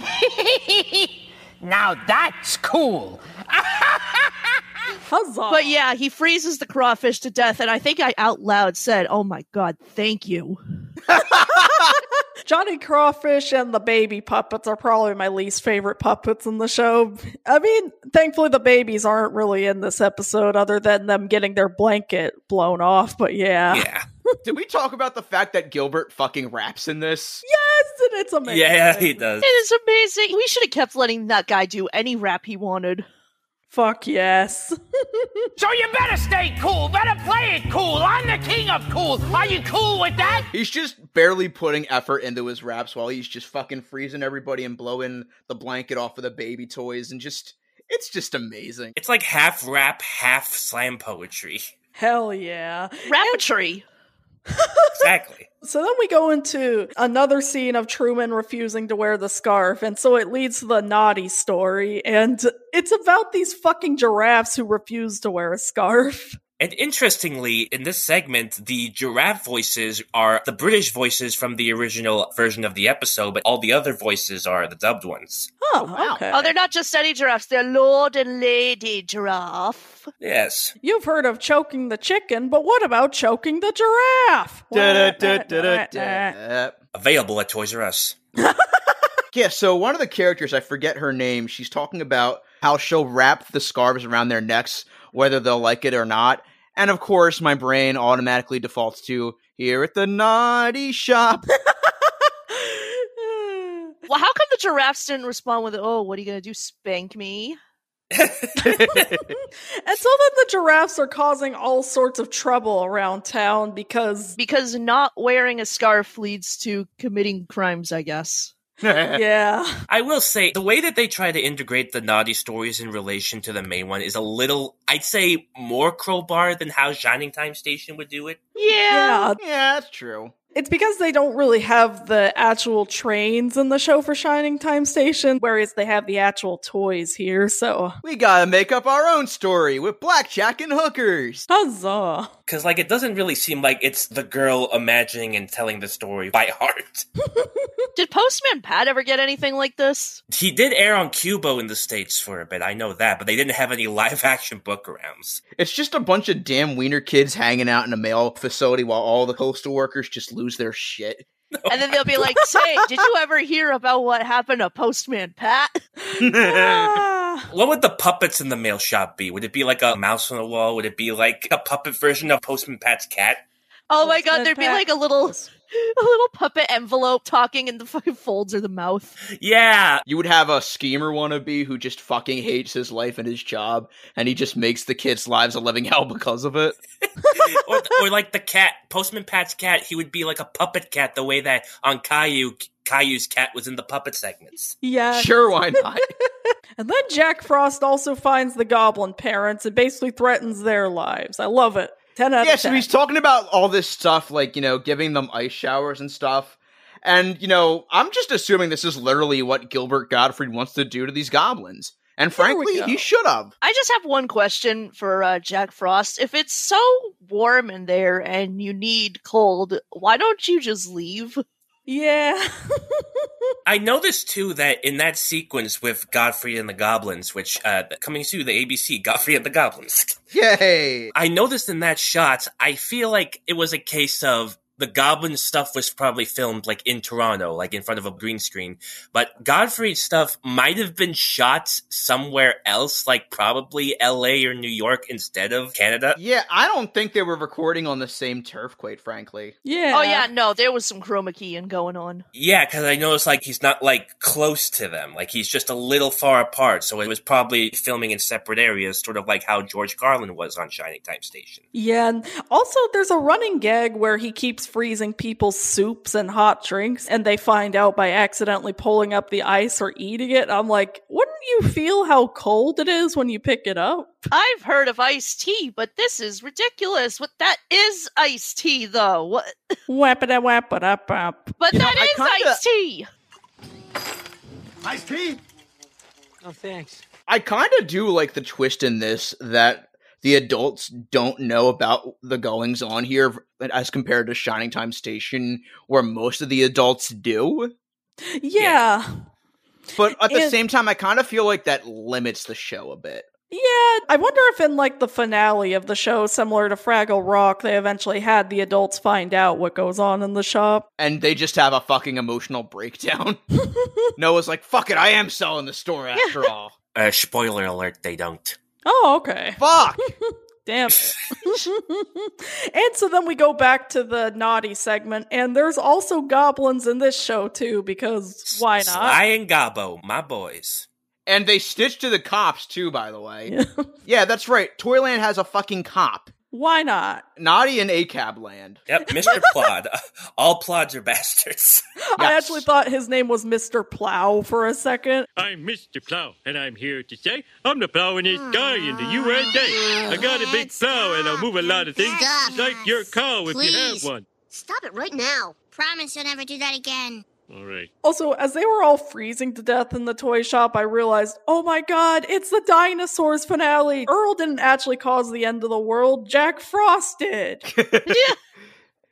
S9: [laughs] now that's cool.
S1: Huzzah!
S3: But yeah, he freezes the crawfish to death and I think I out loud said, "Oh my god, thank you."
S1: Johnny Crawfish and the baby puppets are probably my least favorite puppets in the show. I mean, thankfully the babies aren't really in this episode other than them getting their blanket blown off, but
S4: [laughs]
S1: yeah.
S4: Yeah.
S2: Did we talk about the fact that Gilbert fucking raps in this?
S1: Yes, and it's amazing.
S4: Yeah, he does.
S3: It is amazing. We should have kept letting that guy do any rap he wanted.
S1: Fuck yes.
S9: So you better stay cool. Better play it cool. I'm the king of cool. Are you cool with that?
S2: He's just barely putting effort into his raps while he's just fucking freezing everybody and blowing the blanket off of the baby toys and just it's just amazing.
S4: It's like half rap, half slam poetry. [laughs]
S1: Hell yeah.
S3: Rapetry.
S4: Exactly.
S1: So then we go into another scene of Truman refusing to wear the scarf. And so it leads to the naughty story. And it's about these fucking giraffes who refuse to wear a scarf. [laughs]
S4: And interestingly, in this segment, the giraffe voices are the British voices from the original version of the episode, but all the other voices are the dubbed ones.
S1: Huh, okay.
S3: Oh, they're not just any giraffes. They're Lord and Lady Giraffe.
S4: Yes.
S1: You've heard of choking the chicken, but what about choking the
S3: [laughs]
S1: giraffe?
S2: Da-da-da-da-da-da.
S4: Available at Toys R Us.
S2: Yeah, so one of the characters, I forget her name, she's talking about how she'll wrap the scarves around their necks, whether they'll like it or not. And of course, my brain automatically defaults to here at the naughty shop. [laughs]
S3: Well, how come the giraffes didn't respond with, oh, what are you going to do? Spank me?
S1: [sighs] and so then the giraffes are causing all sorts of trouble around town
S3: [laughs]
S1: because,
S3: Because not wearing a scarf leads to committing crimes, I guess.
S1: yeah.
S4: I will say the way that they try to integrate the naughty stories in relation to the main one is a little, I'd say, more crowbar than how Shining Time Station would do it.
S1: Yeah.
S2: yeah, that's true.
S1: It's because they don't really have the actual trains in the show for Shining Time Station, whereas they have the actual toys here. So,
S2: We gotta make up our own story with blackjack and hookers.
S1: huzzah.
S4: Because, like, it doesn't really seem like it's the girl imagining and telling the story by heart. [laughs]
S3: Did Postman Pat ever get anything like this?
S4: he did air on Cubo in the States for a bit, I know that, but they didn't have any [laughs] live action book arounds.
S2: It's just a bunch of damn wiener kids hanging out in a mail facility while all the postal workers just lose their shit.
S3: and then they'll be like, say, did you ever hear about what happened to Postman Pat?
S1: Ah.
S4: What would the puppets in the mail shop be? Would it be like a mouse on the wall? Would it be like a puppet version of Postman Pat's cat?
S3: Oh my god,
S1: Postman
S3: there'd be
S1: Pat.
S3: like a little [laughs] a little puppet envelope talking and the [laughs] fucking folds are the mouth.
S4: Yeah.
S2: You would have a schemer wannabe who just fucking hates his life and his job, and he just makes the kids' lives a living hell because of it.
S4: or, or like the cat, Postman Pat's cat, he would be like a puppet cat the way that on Caillou, Caillou's cat was in the puppet segments.
S1: yeah. [laughs]
S2: Sure, why not?
S1: And then Jack Frost also finds the goblin parents and basically threatens their lives. I love it. 10 out
S2: yeah,
S1: of
S2: so
S1: 10.
S2: he's talking about all this stuff, like, you know, giving them ice showers and stuff. And, you know, I'm just assuming this is literally what Gilbert Gottfried wants to do to these goblins. And
S1: There we
S2: frankly,
S1: go.
S2: he should have.
S3: I just have one question for uh, Jack Frost. If it's so warm in there and you need cold, why don't you just leave?
S1: yeah. [laughs]
S4: I noticed too that in that sequence with Godfrey and the Goblins, which uh, coming to the ABC, Godfrey and the Goblins. [laughs]
S2: Yay!
S4: I noticed in that shot, I feel like it was a case of the goblin stuff was probably filmed like in Toronto, like in front of a green screen. But Godfrey's stuff might have been shot somewhere else, like probably LA or New York instead of Canada.
S2: Yeah, I don't think they were recording on the same turf, quite frankly.
S1: Yeah.
S3: Oh yeah, no, there was some chroma keying going on.
S4: Yeah, because I noticed like he's not like close to them, like he's just a little far apart. So it was probably filming in separate areas, sort of like how George Carlin was on Shining Time Station.
S1: Yeah, and also there's a running gag where he keeps freezing people's soups and hot drinks, and they find out by accidentally pulling up the ice or eating it. I'm like, wouldn't you you feel how cold it is when you pick it up?
S3: I've heard of iced tea, but this is ridiculous. What that is iced tea though. What
S1: Wap it wap it up up.
S3: but that
S2: I
S3: is
S2: kinda-
S3: iced tea.
S5: Iced tea?
S2: I kind of do like the twist in this that the adults don't know about the goings on here as compared to Shining Time Station, where most of the adults do.
S1: Yeah.
S2: But at the
S1: It-
S2: same time, I kind of feel like that limits the show a bit.
S1: Yeah, I wonder if in like the finale of the show, similar to Fraggle Rock, they eventually had the adults find out what goes on in the shop.
S2: And they just have a fucking emotional breakdown. Noah's like, fuck it, I am selling the store after all.
S4: Uh, spoiler alert, they don't.
S1: Oh, okay.
S2: Fuck!
S1: Damn it. [laughs] and so then we go back to the naughty segment, and there's also goblins in this show too, because why not?
S4: Sly and Gobbo, my boys.
S2: And they stitch to the cops too, by the way. yeah, that's right. Toyland has a fucking cop.
S1: Why not?
S2: Naughty in ACAB land.
S1: [laughs]
S4: Yep, Mr. Plod. All Plods are bastards. [laughs]
S1: I
S2: Yes.
S1: actually thought his name was Mr. Plow for a second.
S10: I'm Mr. Plow, and I'm here to say I'm the plow in the sky in the USA. I got a big plow, and I'll move a lot of things,
S6: Stop.
S10: like your cow if you have
S6: Please.
S10: one.
S6: Stop it right now. Promise you'll never do that again.
S10: All right.
S1: Also, as they were all freezing to death in the toy shop, I realized, oh my god, it's the dinosaurs finale. Earl didn't actually cause the end of the world, Jack Frost did.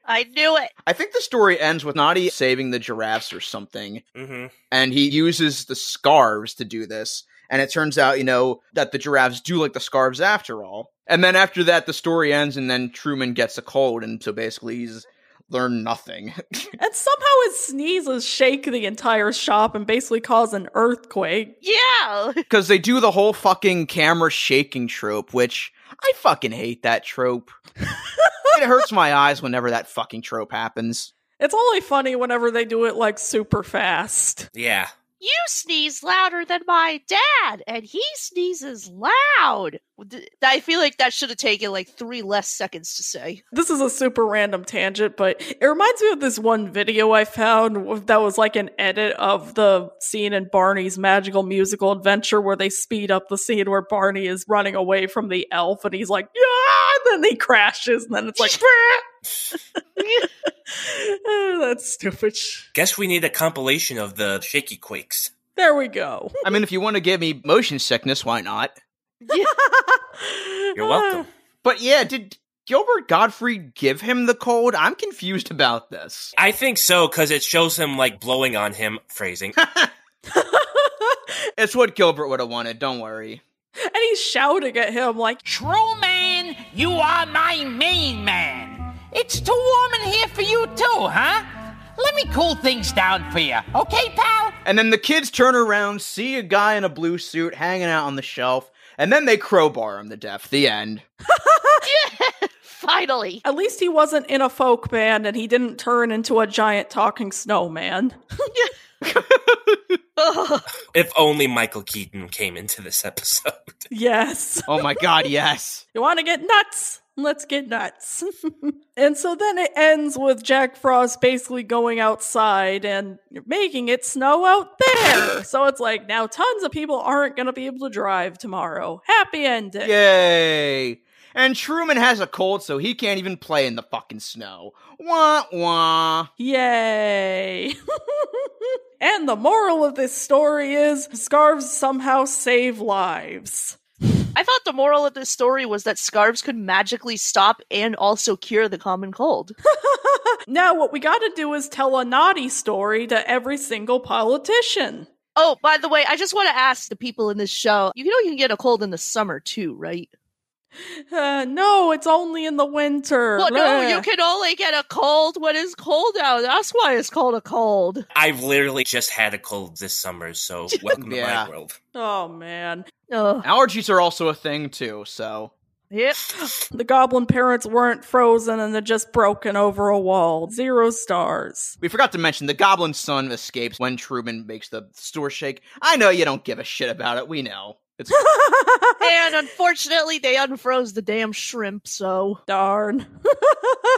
S3: I knew it.
S2: I think the story ends with Naughty saving the giraffes or something,
S4: hmm
S2: and he uses the scarves to do this. And it turns out, you know, that the giraffes do like the scarves after all. And then after that, the story ends, and then Truman gets a cold, and so basically he's learned nothing. [laughs]
S1: and somehow his sneezes shake the entire shop and basically cause an earthquake.
S3: Yeah. [laughs]
S2: Because they do the whole fucking camera shaking trope, which I fucking hate that trope. it hurts my eyes whenever that fucking trope happens.
S1: It's only funny whenever they do it like super fast.
S4: Yeah.
S3: You sneeze louder than my dad, and he sneezes loud. Th- I feel like that should have taken like three less seconds to say.
S1: This is a super random tangent, but it reminds me of this one video I found w- that was like an edit of the scene in Barney's Magical Musical Adventure where they speed up the scene where Barney is running away from the elf and he's like, yeah, and then he crashes and then it's like, [laughs] "Eh, that's stupid.
S4: Guess we need a compilation of the shaky quakes.
S1: There we go.
S2: I mean, if you want to give me motion sickness, why not?
S4: [laughs] You're welcome.
S2: But yeah, did Gilbert Godfrey give him the cold? I'm confused about this.
S4: I think so, because it shows him like blowing on him,
S1: [laughs]
S4: phrasing.
S2: It's what Gilbert would have wanted, don't worry.
S1: [laughs] And he's shouting at him like,
S9: Truman, you are my main man. It's too warm in here for you too, huh? Let me cool things down for you, okay, pal?
S2: And then the kids turn around, see a guy in a blue suit hanging out on the shelf, and then they crowbar him to death. The end.
S3: Finally.
S1: At least he wasn't in a folk band and he didn't turn into a giant talking snowman. [laughs]
S3: Ugh.
S4: if only Michael Keaton came into this episode.
S1: yes.
S2: Oh my god, yes.
S1: You want to get nuts? Let's get nuts. [laughs] and so then it ends with Jack Frost basically going outside and making it snow out
S3: [laughs]
S1: there. so it's like now tons of people aren't going to be able to drive tomorrow. Happy ending.
S2: Yay! And Truman has a cold, so he can't even play in the fucking snow. Wah wah.
S1: Yay. [laughs] and the moral of this story is scarves somehow save lives.
S3: I thought the moral of this story was that scarves could magically stop and also cure the common cold. [laughs]
S1: Now, what we got to do is tell a naughty story to every single politician.
S3: oh, by the way, I just want to ask the people in this show you know, you can get a cold in the summer too, right?
S1: Uh, no, it's only in the winter.
S3: Well, no,
S1: Bleh.
S3: you can only get a cold when it's cold out. That's why it's called a cold.
S4: I've literally just had a cold this
S1: [laughs]
S4: summer, so welcome to
S2: Yeah.
S4: my world.
S1: Oh, man.
S3: Ugh.
S2: Allergies are also a thing too, so
S3: Yep.
S1: The goblin parents weren't frozen and they're just broken over a wall. Zero stars.
S2: we forgot to mention the Goblin Son escapes when Truman makes the store shake. I know you don't give a shit about it, we know.
S1: [laughs]
S2: It's
S3: and unfortunately, they unfroze the damn shrimp. So
S1: darn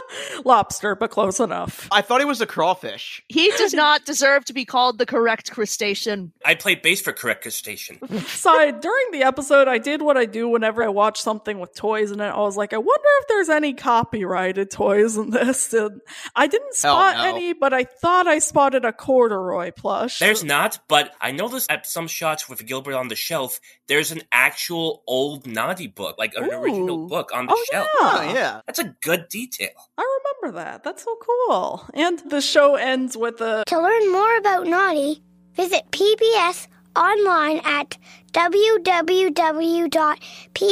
S1: [laughs] lobster, but close enough.
S2: I thought he was a crawfish.
S3: he does not deserve to be called the correct crustacean.
S4: I play bass for
S1: [laughs]
S4: Correct Station.
S1: Side during the episode, I did what I do whenever I watch something with toys in it. I was like, I wonder if there's any copyrighted toys in this. [laughs] And I didn't spot
S4: no.
S1: any, but I thought I spotted a corduroy plush.
S4: There's not, but I noticed at some shots with Gilbert on the shelf, there's an actual old naughty book, like an original book on the shelf.
S1: yeah. Oh, yeah.
S4: That's a good detail.
S1: I remember that. That's so cool. And the show ends with a
S11: To learn more about Naughty, visit PBS online at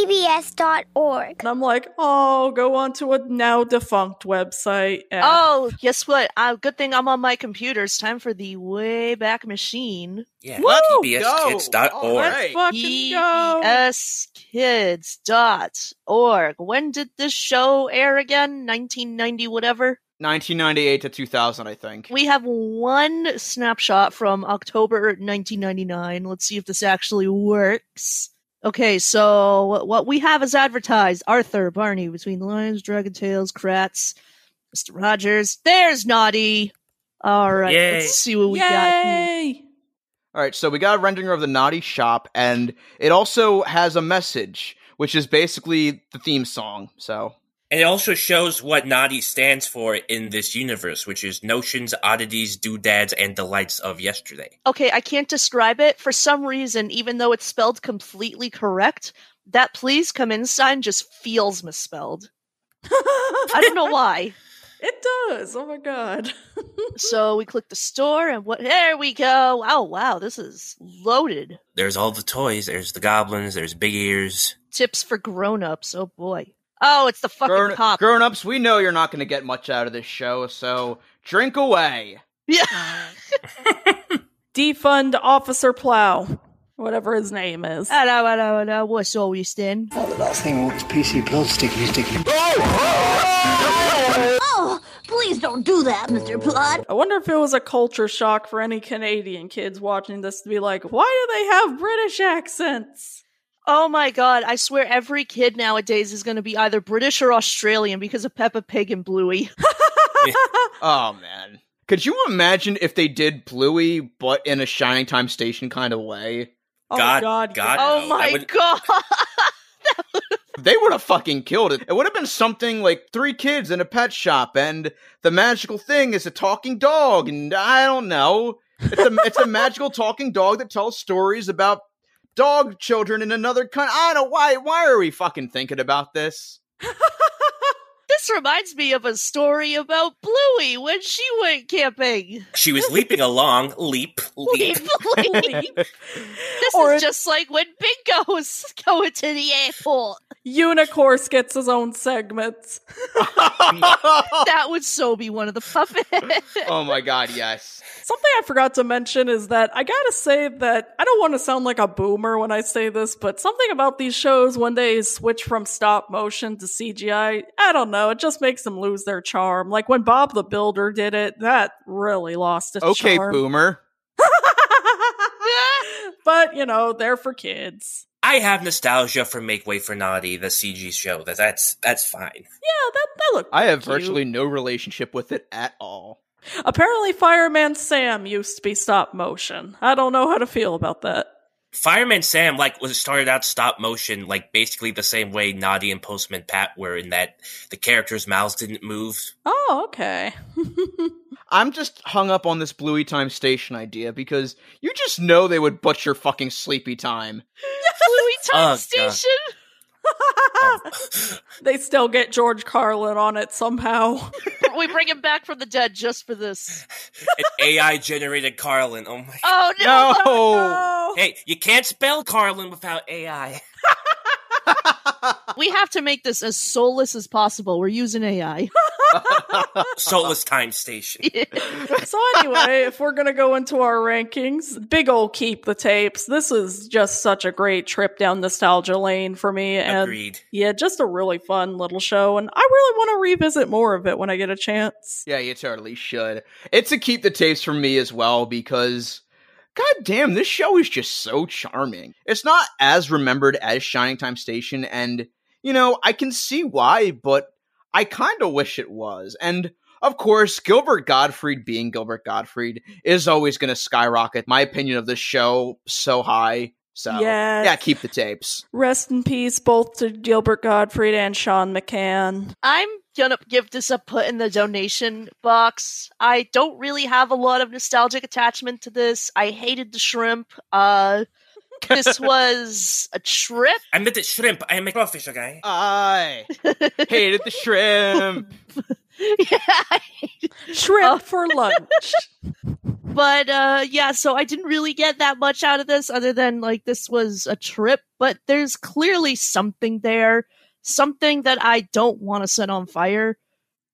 S11: www.pbs.org.
S1: And I'm like, oh, go onto a now defunct website. And
S3: Oh, guess what? Uh, good thing I'm on my computer. It's time for the Wayback Machine.
S4: Yeah, E
S1: Woo!
S4: PBSKids.org.
S2: All right.
S3: E
S1: fucking go.
S3: PBSKids.org. When did this show air again? 1990, whatever.
S2: 1998 to 2000, I think.
S3: We have one snapshot from October 1999. Let's see if this actually works. Okay, so what we have is advertised Arthur, Barney, Between the Lions, Dragon Tales, Kratz, Mr. Rogers. There's Naughty. All right,
S4: Yay.
S3: let's see what we got. E here.
S1: Yay!
S2: All right, so we got a rendering of the Naughty Shop, and it also has a message, which is basically the theme song. So
S4: And it also shows what Naughty stands for in this universe, which is notions, oddities, doodads, and delights of yesterday.
S3: Okay, I can't describe it. For some reason, even though it's spelled completely correct, that please come in sign just feels misspelled. I don't know why.
S1: [laughs] It does. Oh my god.
S3: So we click the store and what there we go. Oh wow, this is loaded.
S4: There's all the toys. There's the goblins. There's big ears.
S3: Tips for grown-ups. Oh boy. Oh, it's the fucking
S2: grown,
S3: cop.
S2: ups, we know you're not going to get much out of this show, so drink away.
S3: yeah.
S1: Defund Officer Plow, whatever his name is.
S3: Hello, hello, hello. What's all you stand?
S5: The last thing I want is PC blood sticking sticking.
S6: Oh, please don't do that, Mr. Blood.
S1: I wonder if it was a culture shock for any Canadian kids watching this to be like, why do they have British accents?
S3: Oh my god, I swear every kid nowadays is gonna be either British or Australian because of Peppa Pig and Bluey.
S2: Oh, man. Could you imagine if they did Bluey, but in a Shining Time Station kind of way?
S1: Oh
S4: God,
S1: god.
S4: God.
S3: oh
S4: no, that
S3: my
S4: would-
S3: god. [laughs]
S2: They would have fucking killed it. It would have been something like three kids in a pet shop, and the magical thing is a talking dog, and I don't know. It's a, it's a magical talking dog that tells stories about dog children in another country. I don't why. Why are we fucking thinking about [laughs] this?
S3: This reminds me of a story about Bluey when she went camping. [laughs]
S4: She was [laughs] leaping along. Leap, leap.
S3: Bluey. This
S1: Or
S3: is just like when Bingo's [laughs] going to the airport.
S1: Unicorse gets his own segments.
S3: That would so be one of the [laughs] puppets.
S2: oh my god, yes.
S1: Something I forgot to mention is that I gotta say that I don't want to sound like a boomer when I say this, but something about these shows when they switch from stop motion to CGI, I don't know, it just makes them lose their charm. Like when Bob the Builder did it, that really lost its
S2: Okay,
S1: charm.
S2: boomer.
S1: [laughs] but you know, they're for kids.
S4: I have nostalgia for Make Way for Naughty, the CG show. That that's that's fine.
S1: Yeah, that that looked.
S2: I have
S1: cute.
S2: virtually no relationship with it at all.
S1: Apparently, Fireman Sam used to be stop motion. I don't know how to feel about that.
S4: Fireman Sam like was started out stop motion, like basically the same way Naughty and Postman Pat were in that the characters' mouths didn't move.
S1: Oh, okay.
S2: I'm just hung up on this Bluey Time Station idea because you just know they would butcher fucking Sleepy Time.
S3: Bluey time
S4: Oh, God.
S3: station.
S4: Ah. Um,
S1: they still get George Carlin on it somehow. [laughs]
S3: We bring him back from the dead just for this.
S4: An AI generated Carlin. Oh my
S3: Oh no!
S2: No!
S4: Hey, you can't spell Carlin without [laughs] AI.
S3: We have to make this as soulless as possible. We're using [laughs] AI.
S4: Soulless Time Station.
S1: so anyway, if we're gonna go into our rankings, big ol' keep the tapes. This is just such a great trip down nostalgia lane for me, and
S4: Agreed.
S1: yeah, just a really fun little show. And I really want to revisit more of it when I get a chance.
S2: Yeah, you totally should. It's a keep the tapes from me as well because God damn, this show is just so charming. It's not as remembered as Shining Time Station, and, you know, I can see why, but I kind of wish it was. And, of course, Gilbert Gottfried being Gilbert Gottfried is always going to skyrocket my opinion of this show so high. So,
S1: Yes.
S2: yeah, keep the tapes.
S1: Rest in peace, both to Gilbert Gottfried and Sean McCann.
S3: I'm gonna give this a put in the donation box. I don't really have a lot of nostalgic attachment to this. I hated the shrimp. Uh
S4: [laughs]
S3: this was a [laughs] trip.
S4: I meant it shrimp. I am a crawfish, okay?
S2: I hated the shrimp.
S1: Shrimp for lunch.
S3: But uh yeah, so I didn't really get that much out of this other than like this was a trip, but there's clearly something there, something that I don't want to set on fire.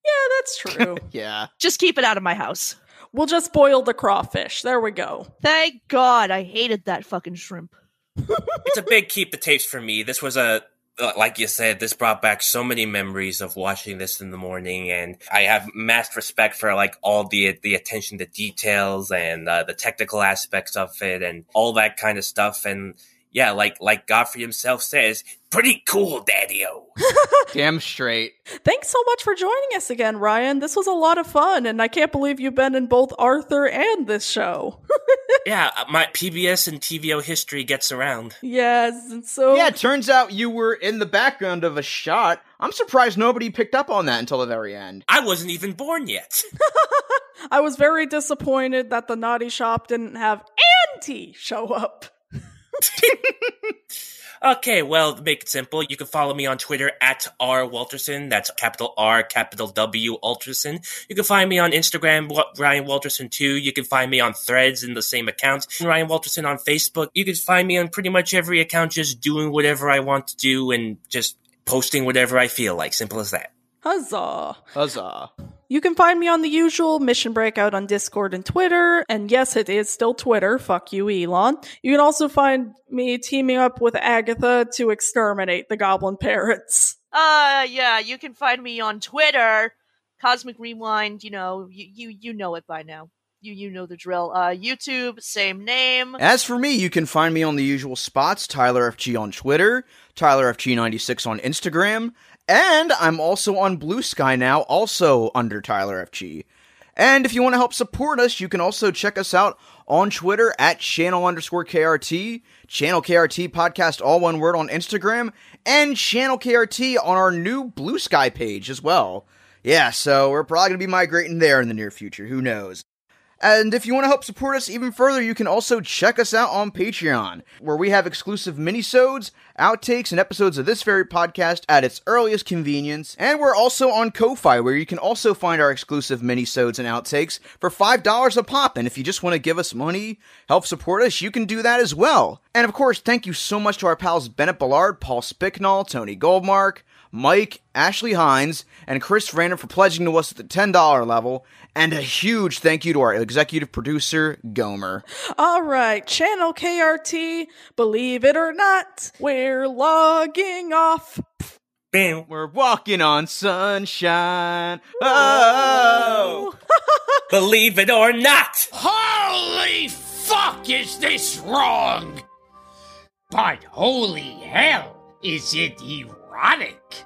S1: Yeah, that's true.
S2: Yeah.
S3: Just keep it out of my house.
S1: we'll just boil the crawfish. There we go.
S3: Thank God I hated that fucking shrimp.
S4: it's a big keep the tapes for me. This was a uh, like you said, this brought back so many memories of watching this in the morning, and I have mass respect for like all the the attention to details and uh, the technical aspects of it and all that kind of stuff. And yeah, like like Godfrey himself says, pretty cool, Daddy O.
S2: Damn straight.
S1: Thanks so much for joining us again, Ryan. This was a lot of fun, and I can't believe you've been in both Arthur and this show.
S4: [laughs] yeah, uh, my PBS and TVO history gets around.
S1: yes, and so
S2: Yeah, it turns out you were in the background of a shot. I'm surprised nobody picked up on that until the very end.
S4: I wasn't even born yet. [laughs]
S1: I was very disappointed that the naughty shop didn't have Auntie show up.
S4: Okay, well, to make it simple, you can follow me on Twitter at R Walterson. That's capital R, capital W Walterson. You can find me on Instagram, Wa- Ryan Walterson too. You can find me on Threads in the same account, and Ryan Walterson on Facebook. You can find me on pretty much every account, just doing whatever I want to do and just posting whatever I feel like. Simple as that.
S1: Huzzah.
S2: Huzzah.
S1: You can find me on the usual Mission Breakout on Discord and Twitter. And yes, it is still Twitter. Fuck you, Elon. You can also find me teaming up with Agatha to exterminate the goblin parrots.
S3: Uh, yeah, you can find me on Twitter, Cosmic Rewind. You know, you you, you know it by now. You you know the drill. Uh, YouTube, same name.
S2: As for me, you can find me on the usual spots Tyler FG on Twitter, Tyler FG96 on Instagram, and I'm also on Blue Sky now, also under Tyler FG. And if you want to help support us, you can also check us out on Twitter at channel underscore KRT, channel KRT podcast, all one word on Instagram, and channel KRT on our new Blue Sky page as well. Yeah, so we're probably going to be migrating there in the near future. Who knows? And if you want to help support us even further, you can also check us out on Patreon, where we have exclusive minisodes, outtakes, and episodes of this very podcast at its earliest convenience. And we're also on Ko-Fi, where you can also find our exclusive minisodes and outtakes for $5 a pop. And if you just want to give us money, help support us, you can do that as well. And of course, thank you so much to our pals Bennett Ballard, Paul Spicknall, Tony Goldmark, Mike, Ashley Hines, and Chris Random for pledging to us at the $10 level, and a huge thank you to our executive producer, Gomer.
S1: All right, Channel KRT, believe it or not, we're logging off.
S4: Bam.
S2: We're walking on sunshine. Oh!
S4: Believe it or not.
S9: Holy fuck, is this wrong? But holy hell, is it erotic?